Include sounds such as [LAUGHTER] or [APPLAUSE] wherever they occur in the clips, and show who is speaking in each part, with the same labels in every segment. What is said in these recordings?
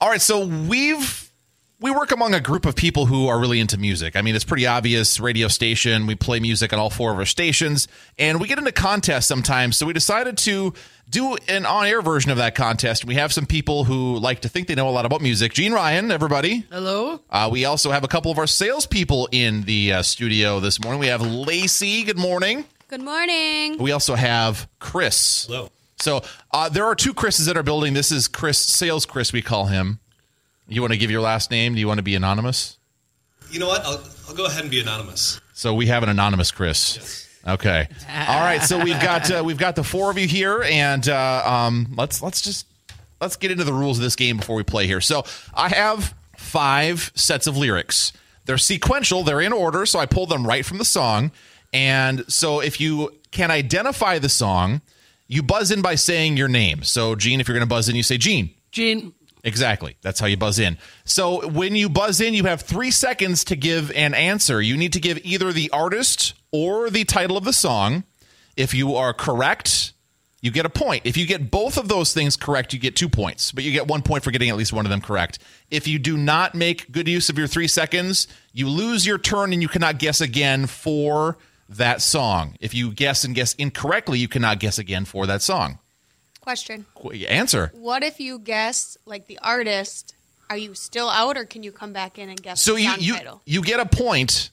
Speaker 1: All right, so we've we work among a group of people who are really into music. I mean, it's pretty obvious. Radio station, we play music on all four of our stations, and we get into contests sometimes. So we decided to do an on-air version of that contest. We have some people who like to think they know a lot about music. Gene Ryan, everybody.
Speaker 2: Hello.
Speaker 1: Uh, we also have a couple of our salespeople in the uh, studio this morning. We have Lacey. Good morning.
Speaker 3: Good morning.
Speaker 1: We also have Chris.
Speaker 4: Hello.
Speaker 1: So uh, there are two Chris's in our building. This is Chris Sales Chris, we call him. You want to give your last name? Do you want to be anonymous?
Speaker 4: You know what? I'll, I'll go ahead and be anonymous.
Speaker 1: So we have an anonymous Chris. Okay. All right. So we've got uh, we've got the four of you here, and uh, um, let's let's just let's get into the rules of this game before we play here. So I have five sets of lyrics. They're sequential. They're in order. So I pulled them right from the song. And so if you can identify the song, you buzz in by saying your name. So Gene, if you're going to buzz in, you say Gene.
Speaker 2: Gene.
Speaker 1: Exactly. That's how you buzz in. So when you buzz in, you have three seconds to give an answer. You need to give either the artist or the title of the song. If you are correct, you get a point. If you get both of those things correct, you get two points, but you get one point for getting at least one of them correct. If you do not make good use of your three seconds, you lose your turn and you cannot guess again for that song. If you guess and guess incorrectly, you cannot guess again for that song.
Speaker 3: Question.
Speaker 1: Qu- Answer.
Speaker 3: What if you guess like the artist? Are you still out or can you come back in and guess
Speaker 1: so
Speaker 3: the
Speaker 1: you
Speaker 3: song
Speaker 1: you
Speaker 3: title?
Speaker 1: you get a point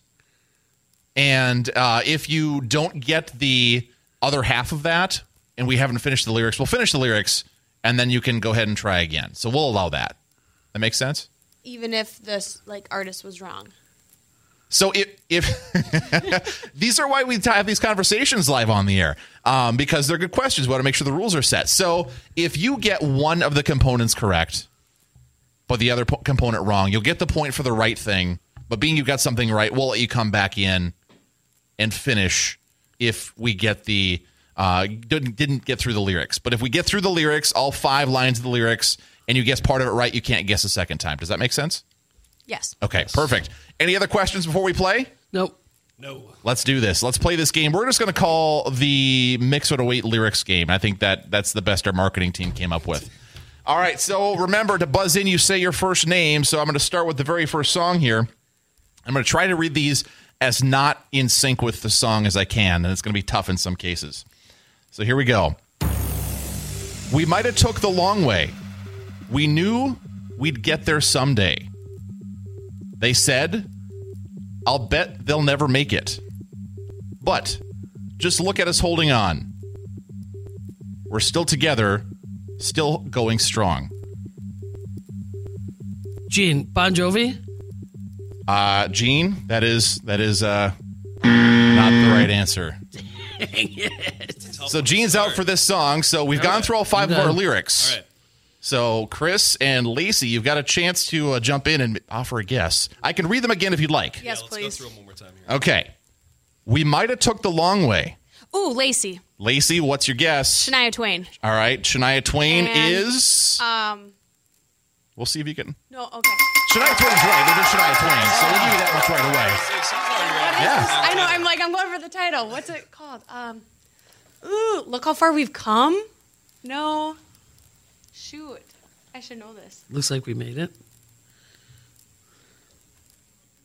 Speaker 1: and uh, if you don't get the other half of that and we haven't finished the lyrics we'll finish the lyrics and then you can go ahead and try again so we'll allow that that makes sense
Speaker 3: Even if this like artist was wrong.
Speaker 1: so if, if [LAUGHS] these are why we t- have these conversations live on the air um, because they're good questions we want to make sure the rules are set so if you get one of the components correct but the other po- component wrong you'll get the point for the right thing but being you got something right we'll let you come back in and finish if we get the uh, didn't, didn't get through the lyrics but if we get through the lyrics all five lines of the lyrics and you guess part of it right you can't guess a second time does that make sense
Speaker 3: Yes.
Speaker 1: Okay, perfect. Any other questions before we play?
Speaker 2: Nope.
Speaker 4: No.
Speaker 1: Let's do this. Let's play this game. We're just going to call the Mix What a Wait lyrics game. I think that that's the best our marketing team came up with. All right, so remember to buzz in. You say your first name. So I'm going to start with the very first song here. I'm going to try to read these as not in sync with the song as I can, and it's going to be tough in some cases. So here we go. We might have took the long way. We knew we'd get there someday. They said, I'll bet they'll never make it. But just look at us holding on. We're still together, still going strong.
Speaker 2: Gene. Bon Jovi.
Speaker 1: Uh, Gene, that is that is uh, not the right answer. So Gene's out for this song. So we've gone through all five of our
Speaker 2: Okay.
Speaker 1: lyrics.
Speaker 4: All right.
Speaker 1: So Chris and Lacey, you've got a chance to uh, jump in and offer a guess. I can read them again if you'd like.
Speaker 3: Yes,
Speaker 4: yeah, let's
Speaker 3: please.
Speaker 4: go through them one more time here.
Speaker 1: Okay. We might have took the long way.
Speaker 3: Ooh, Lacey.
Speaker 1: Lacey, what's your guess?
Speaker 3: Shania Twain.
Speaker 1: All right, Shania Twain
Speaker 3: And,
Speaker 1: is.
Speaker 3: Um
Speaker 1: we'll see if you can.
Speaker 3: no, okay.
Speaker 1: Shania Twain's right. It is Shania Twain, so we'll give you that much right
Speaker 4: Hey, she's already ready.
Speaker 1: Yeah.
Speaker 3: I know, I'm like, I'm going for the title. What's it called? Um Ooh, look how far we've come? No. Shoot. I should know this.
Speaker 2: Looks like we made it.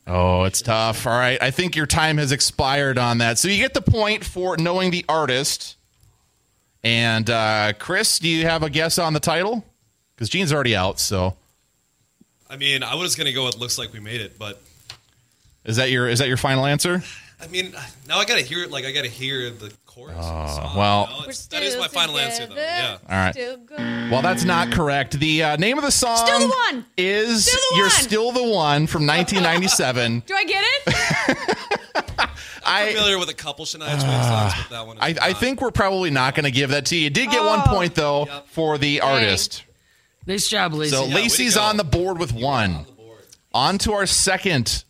Speaker 1: Oh, it's tough. All right, I think your time has expired on that. So you get the point for knowing the artist. And uh, Chris, do you have a guess on the title? Because Gene's already out. So
Speaker 4: I mean, I was going to go with looks like we made it, but
Speaker 1: is that your is that your final answer?
Speaker 4: I mean, now I got to hear it. Like, I got to hear the chorus. of the song,
Speaker 1: Oh, well-
Speaker 4: you know? It's- that is my final answer, though. Yeah.
Speaker 1: All right.
Speaker 3: Still good.
Speaker 1: Well, that's not correct. The uh, name of the song
Speaker 3: Still the One.
Speaker 1: is
Speaker 3: Still the
Speaker 1: "You're
Speaker 3: One.
Speaker 1: Still the One" from [LAUGHS] 1997.
Speaker 3: Do I get it?
Speaker 1: I
Speaker 4: Familiar with a couple Shania Twain songs, but that one. is
Speaker 1: I, I
Speaker 4: not.
Speaker 1: think we're probably not going to give that to you. You Did get
Speaker 3: Oh.
Speaker 1: one point though
Speaker 4: Yep.
Speaker 1: for the artist.
Speaker 2: Nice job, Lacey.
Speaker 1: So
Speaker 4: Yeah, way to
Speaker 1: Lacey's
Speaker 4: go.
Speaker 1: on the board with one. On to our second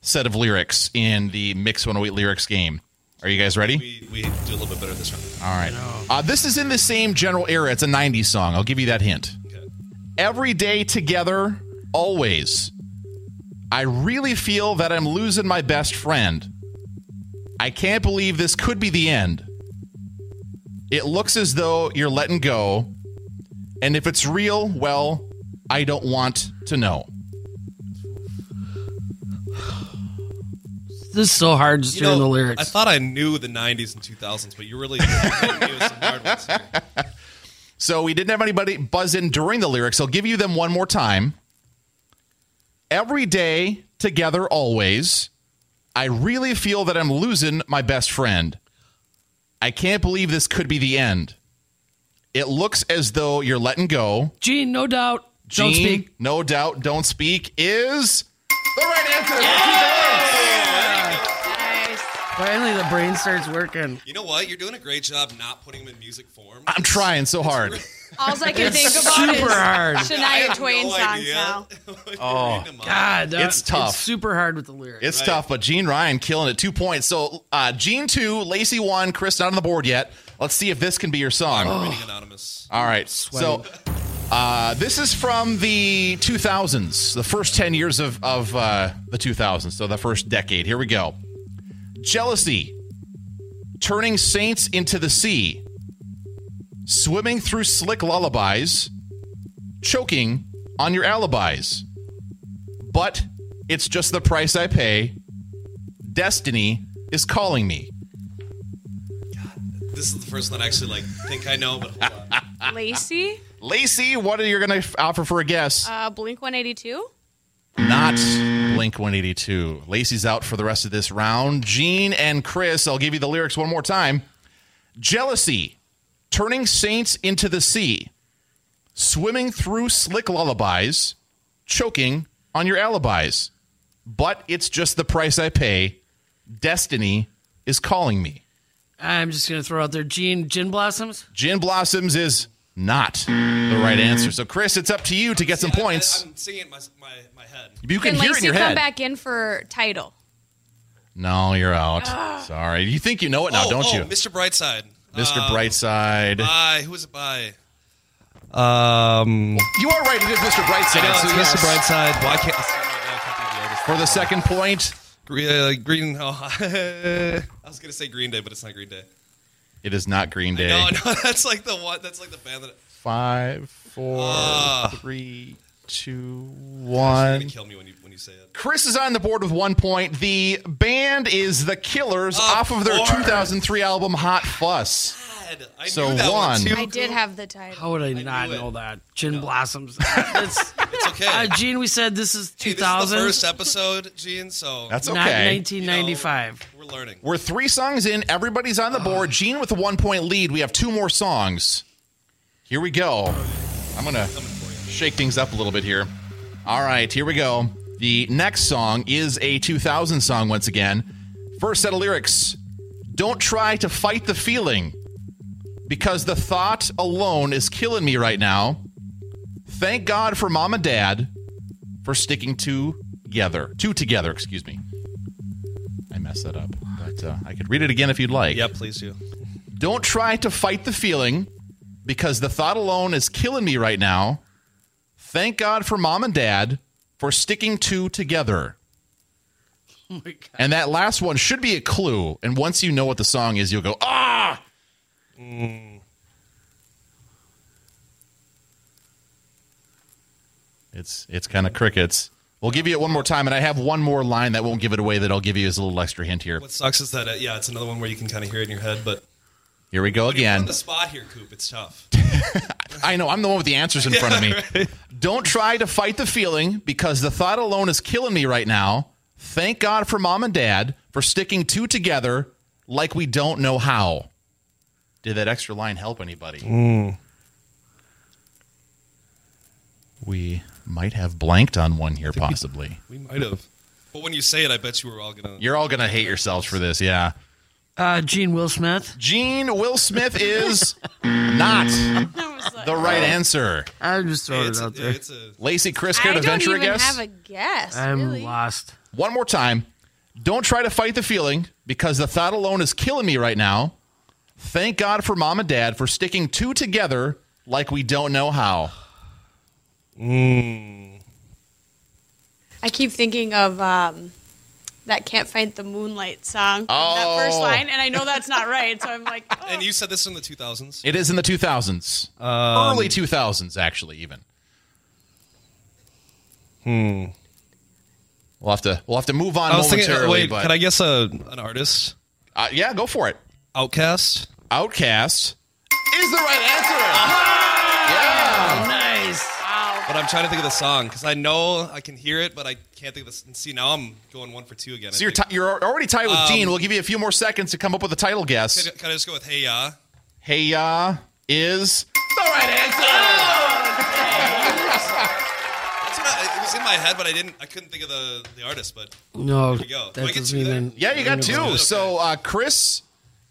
Speaker 1: set of lyrics in the Mix 108 lyrics game. Are you guys ready?
Speaker 4: we we do a little bit better this round.
Speaker 1: All right. Uh, this is in the same general era. It's a 90s song. I'll give you that hint.
Speaker 4: Okay.
Speaker 1: Every day together, always. I really feel that I'm losing my best friend. I can't believe this could be the end. It looks as though you're letting go. And if it's real, well, I don't want to know.
Speaker 2: This is so hard just
Speaker 4: You
Speaker 2: hearing
Speaker 4: know,
Speaker 2: the lyrics.
Speaker 4: I thought I knew the 90s and 2000s, but you really [LAUGHS] gave us some hard ones here.
Speaker 1: So we didn't have anybody buzz in during the lyrics. I'll give you them one more time. Every day, together, always. I really feel that I'm losing my best friend. I can't believe this could be the end. It looks as though you're letting go.
Speaker 2: Gene, no doubt. Don't
Speaker 1: Gene,
Speaker 2: speak.
Speaker 1: No doubt, don't speak is the right answer.
Speaker 3: [LAUGHS] Nice.
Speaker 2: Finally, the brain starts working.
Speaker 4: You know what? You're doing a great job not putting them in music form.
Speaker 1: I'm trying so hard.
Speaker 3: All I can think about
Speaker 2: Super
Speaker 3: is
Speaker 2: hard.
Speaker 4: I
Speaker 3: Shania
Speaker 4: have
Speaker 3: Twain
Speaker 4: no
Speaker 3: songs
Speaker 4: idea.
Speaker 3: now.
Speaker 4: oh,
Speaker 2: God, uh,
Speaker 1: It's tough.
Speaker 2: super hard with the lyrics.
Speaker 1: It's tough, but Gene Ryan killing it. Two points. So uh, Gene two, Lacey one, Chris not on the board yet. Let's see if this can be your song.
Speaker 4: Reading anonymous.
Speaker 1: All right. So uh, this is from the 2000s, the first 10 years of, of uh, the 2000s. So the first decade. Here we go. Jealousy, turning saints into the sea, swimming through slick lullabies, choking on your alibis. But it's just the price I pay. Destiny is calling me.
Speaker 4: This is the first one I actually like think I know, but
Speaker 1: [LAUGHS]
Speaker 4: hold on.
Speaker 3: Lacey,
Speaker 1: Lacey, what are you going to offer for a guess?
Speaker 3: uh, Blink 182.
Speaker 1: not Blink 182. Lacey's out for the rest of this round. Gene and Chris, I'll give you the lyrics one more time. Jealousy, turning saints into the sea, swimming through slick lullabies, choking on your alibis. But it's just the price I pay. Destiny is calling me.
Speaker 2: I'm just gonna throw out there. Gene, gin blossoms.
Speaker 1: Gin Blossoms is not the right answer. So, Chris, it's up to you to get some
Speaker 4: See, I-
Speaker 1: points.
Speaker 4: I, am singing it in my, my, my head.
Speaker 1: You can,
Speaker 3: Can
Speaker 1: hear it in
Speaker 3: Lacey
Speaker 1: your
Speaker 3: come
Speaker 1: head.
Speaker 3: back in for title?
Speaker 1: No, you're
Speaker 4: [GASPS]
Speaker 1: out. Sorry. You think you know it now,
Speaker 4: oh,
Speaker 1: don't
Speaker 4: oh,
Speaker 1: you?
Speaker 4: Mr. Brightside.
Speaker 1: Mr.
Speaker 4: Uh,
Speaker 1: Brightside.
Speaker 4: By who is it by? Um,
Speaker 1: you are right. It is Mr. Brightside. So yes.
Speaker 4: Brightside. Why can't I
Speaker 1: For the second point,
Speaker 4: Green, uh, green oh, [LAUGHS] I was gonna say Green Day, but it's not Green Day.
Speaker 1: it is not Green Day.
Speaker 4: No, [LAUGHS] no, that's like the one. That's like the band that
Speaker 1: Five, four,
Speaker 4: Ah.
Speaker 1: three, two,
Speaker 4: you're
Speaker 1: one.
Speaker 4: gonna kill me when you when you say it.
Speaker 1: Chris is on the board with one point. The band is The Killers
Speaker 4: Of
Speaker 1: off of their
Speaker 4: course.
Speaker 1: 2003 album Hot Fuss.
Speaker 4: God, I
Speaker 1: So
Speaker 4: knew that
Speaker 1: one.
Speaker 4: one too.
Speaker 3: I did have the title.
Speaker 2: How would I, not
Speaker 4: knew it.
Speaker 2: know that? Gin blossoms. it's,
Speaker 4: It's okay.
Speaker 2: uh, Gene, we said this is
Speaker 4: hey, this is
Speaker 2: 2000,
Speaker 4: the first episode, Gene. So
Speaker 1: That's
Speaker 2: not
Speaker 1: okay.
Speaker 2: 1995.
Speaker 4: we're learning.
Speaker 1: We're three songs in. Everybody's on the board. Gene with a one point lead. We have two more songs. Here we go. I'm going to shake things up a little bit here. All right, here we go. The next song is a 2000 song once again. First set of lyrics Don't try to fight the feeling because the thought alone is killing me right now. Thank God for mom and dad for sticking two together. Two together, excuse me. I messed that up, but uh, I could read it again if you'd like.
Speaker 4: Yeah, please do.
Speaker 1: Don't try to fight the feeling because the thought alone is killing me right now. Thank God for mom and dad for sticking two together.
Speaker 2: [LAUGHS] Oh my God.
Speaker 1: And that last one should be a clue. And once you know what the song is, you'll go, ah!
Speaker 2: Mm.
Speaker 1: It's it's kind of crickets. We'll give you it one more time, and I have one more line that won't give it away that I'll give you as a little extra hint here.
Speaker 4: What sucks is that uh, yeah, it's another one where you can kind of hear it in your head, but
Speaker 1: Here we go
Speaker 4: you're
Speaker 1: again.
Speaker 4: on the spot here, Coop. It's tough.
Speaker 1: I know. I'm the one with the answers in front of me. Don't try to fight the feeling because the thought alone is killing me right now. Thank God for mom and dad for sticking two together like we don't know how. Did that extra line help anybody? We might have blanked on one here, possibly.
Speaker 4: We might have. But when you say it, I bet you were all gonna.
Speaker 1: You're all going to hate yourselves for this, yeah.
Speaker 2: Uh, Gene Will Smith.
Speaker 1: Gene Will Smith is not
Speaker 3: I was like,
Speaker 1: the right answer.
Speaker 2: I'm just throwing
Speaker 4: it's,
Speaker 2: it
Speaker 4: a,
Speaker 2: out there.
Speaker 4: it's a.
Speaker 1: Lacey, Chris,
Speaker 3: I
Speaker 1: care to
Speaker 3: don't
Speaker 1: venture
Speaker 3: even
Speaker 1: a guess?
Speaker 3: have a guess.
Speaker 2: I'm
Speaker 3: really.
Speaker 2: lost.
Speaker 1: one more time. Don't try to fight the feeling because the thought alone is killing me right now. Thank God for mom and dad for sticking two together like we don't know how. Mm.
Speaker 3: I keep thinking of um, that "Can't Find the Moonlight" song, from
Speaker 1: Oh.
Speaker 3: that first line, and I know that's not right, so I'm like, oh.
Speaker 4: [LAUGHS] And you said this in the 2000s. Um,
Speaker 1: It is in the 2000s. Early 2000s, actually, even. We'll have to we'll have to move on
Speaker 4: Hmm. I was thinking. uh,
Speaker 1: momentarily.
Speaker 4: Wait,
Speaker 1: but
Speaker 4: can I guess a an artist?
Speaker 1: uh, yeah, go for it.
Speaker 4: Outcast.
Speaker 1: Outcast is the right answer. Yeah.
Speaker 4: Ah!
Speaker 2: Nice.
Speaker 4: But I'm trying to think of the song because I know I can hear it, but I can't think of this. See, now I'm going one for two again. I
Speaker 1: So you're ti
Speaker 4: think.
Speaker 1: you're already tied with
Speaker 4: Um,
Speaker 1: Dean. We'll give you a few more seconds to come up with a title guess.
Speaker 4: Can I- Can I just go with Hey Ya?
Speaker 1: Hey Ya is the right answer.
Speaker 4: That's what I, it was in my head, but I didn't. I couldn't think of the the artist. But
Speaker 2: No,
Speaker 4: you go.
Speaker 2: that
Speaker 4: Do I get
Speaker 2: doesn't
Speaker 4: two there?
Speaker 2: even.
Speaker 1: Yeah, you got two.
Speaker 4: Okay.
Speaker 1: So uh, Chris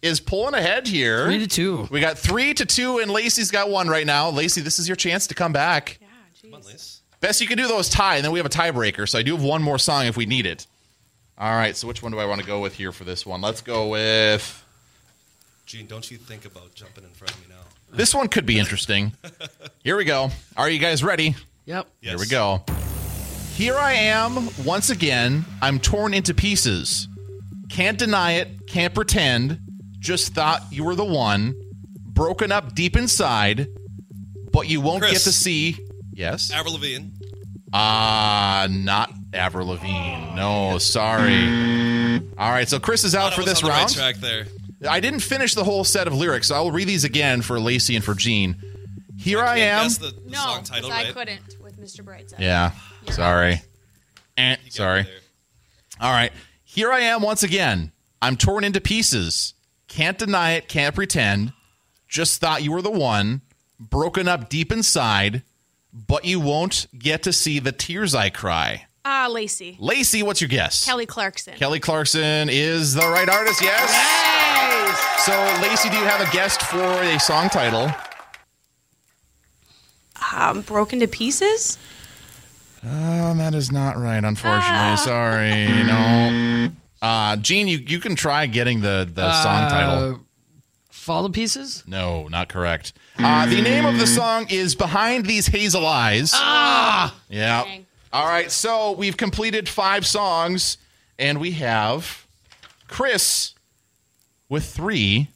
Speaker 1: is pulling ahead here.
Speaker 2: Three to two.
Speaker 1: We got three to two, and Lacey's got one right now. Lacey, this is your chance to come back.
Speaker 3: Yeah, jeez.
Speaker 4: Liz.
Speaker 1: Best you can do those tie, and then we have a tiebreaker. So I do have one more song if we need it. All right. So which one do I want to go with here for this one? Let's go with
Speaker 4: Gene, don't you think about jumping in front of me now?
Speaker 1: this one. Could be
Speaker 2: [LAUGHS]
Speaker 1: interesting. Here we go. Are you guys ready?
Speaker 2: Yep.
Speaker 1: Here we
Speaker 4: Yes.
Speaker 1: go. Here I am once again. I'm torn into pieces. Can't deny it. Can't pretend. Just thought you were the one. Broken up deep inside, but you won't
Speaker 4: Chris.
Speaker 1: get to see. Yes.
Speaker 4: Avril Lavigne.
Speaker 1: Ah, not Avril Lavigne. No, sorry. All right, so Chris is out
Speaker 4: Oh, Thought I
Speaker 1: for
Speaker 4: was
Speaker 1: this
Speaker 4: on the right
Speaker 1: round.
Speaker 4: track there.
Speaker 1: I didn't finish the whole set of lyrics, so I will read these again for Lacey and for Gene. Here I,
Speaker 4: Can't
Speaker 1: am.
Speaker 4: guess the, the
Speaker 3: oh, No,
Speaker 4: song
Speaker 3: 'cause
Speaker 4: title,
Speaker 3: I
Speaker 4: right?
Speaker 3: couldn't with Mr. Brightside.
Speaker 1: yeah, sorry. Eh,
Speaker 4: You got me
Speaker 1: sorry.
Speaker 4: there.
Speaker 1: All right. Here I am once again. I'm torn into pieces. Can't deny it, can't pretend. Just thought you were the one. Broken up deep inside, but you won't get to see the tears I cry.
Speaker 3: Ah, Lacey.
Speaker 1: Lacey, what's your guess?
Speaker 3: Kelly Clarkson.
Speaker 1: Kelly Clarkson is the right artist, yes. So, Lacey, do you have a guest for a song title?
Speaker 3: Um, broken to pieces?
Speaker 1: Um, that is not right, unfortunately. Sorry, no. Uh, Gene, you, you can try getting the, the song title.
Speaker 2: Fall to pieces.
Speaker 1: No, not correct. Uh, the name of the song is Behind These Hazel Eyes. Ah! Yeah.
Speaker 3: Dang.
Speaker 1: All right, so we've completed five songs, and we have Chris with three,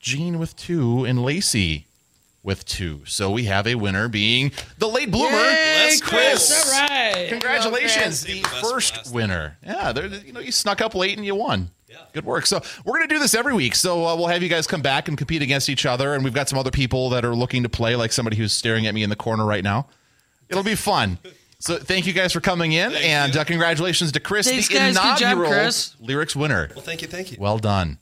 Speaker 1: Gene with two, and Lacey with two. So we have a winner being the late bloomer,
Speaker 4: Let's
Speaker 1: Chris.
Speaker 4: go.
Speaker 2: right.
Speaker 1: Congratulations,
Speaker 4: Well,
Speaker 1: the
Speaker 4: Chris.
Speaker 1: first
Speaker 4: Best last.
Speaker 1: winner. Yeah, there- you know you snuck up late and you won.
Speaker 4: Yeah.
Speaker 1: Good work. So we're going to do this every week. So uh, we'll have you guys come back and compete against each other, and we've got some other people that are looking to play, like somebody who's staring at me in the corner right now. It'll be fun. So thank you guys for coming in,
Speaker 4: Thank
Speaker 1: and
Speaker 4: you.
Speaker 1: uh, congratulations to Chris,
Speaker 2: Thanks,
Speaker 1: the
Speaker 2: guys. Good job,
Speaker 1: inaugural
Speaker 2: Chris.
Speaker 1: lyrics winner.
Speaker 4: Well, thank you, thank you.
Speaker 1: Well done.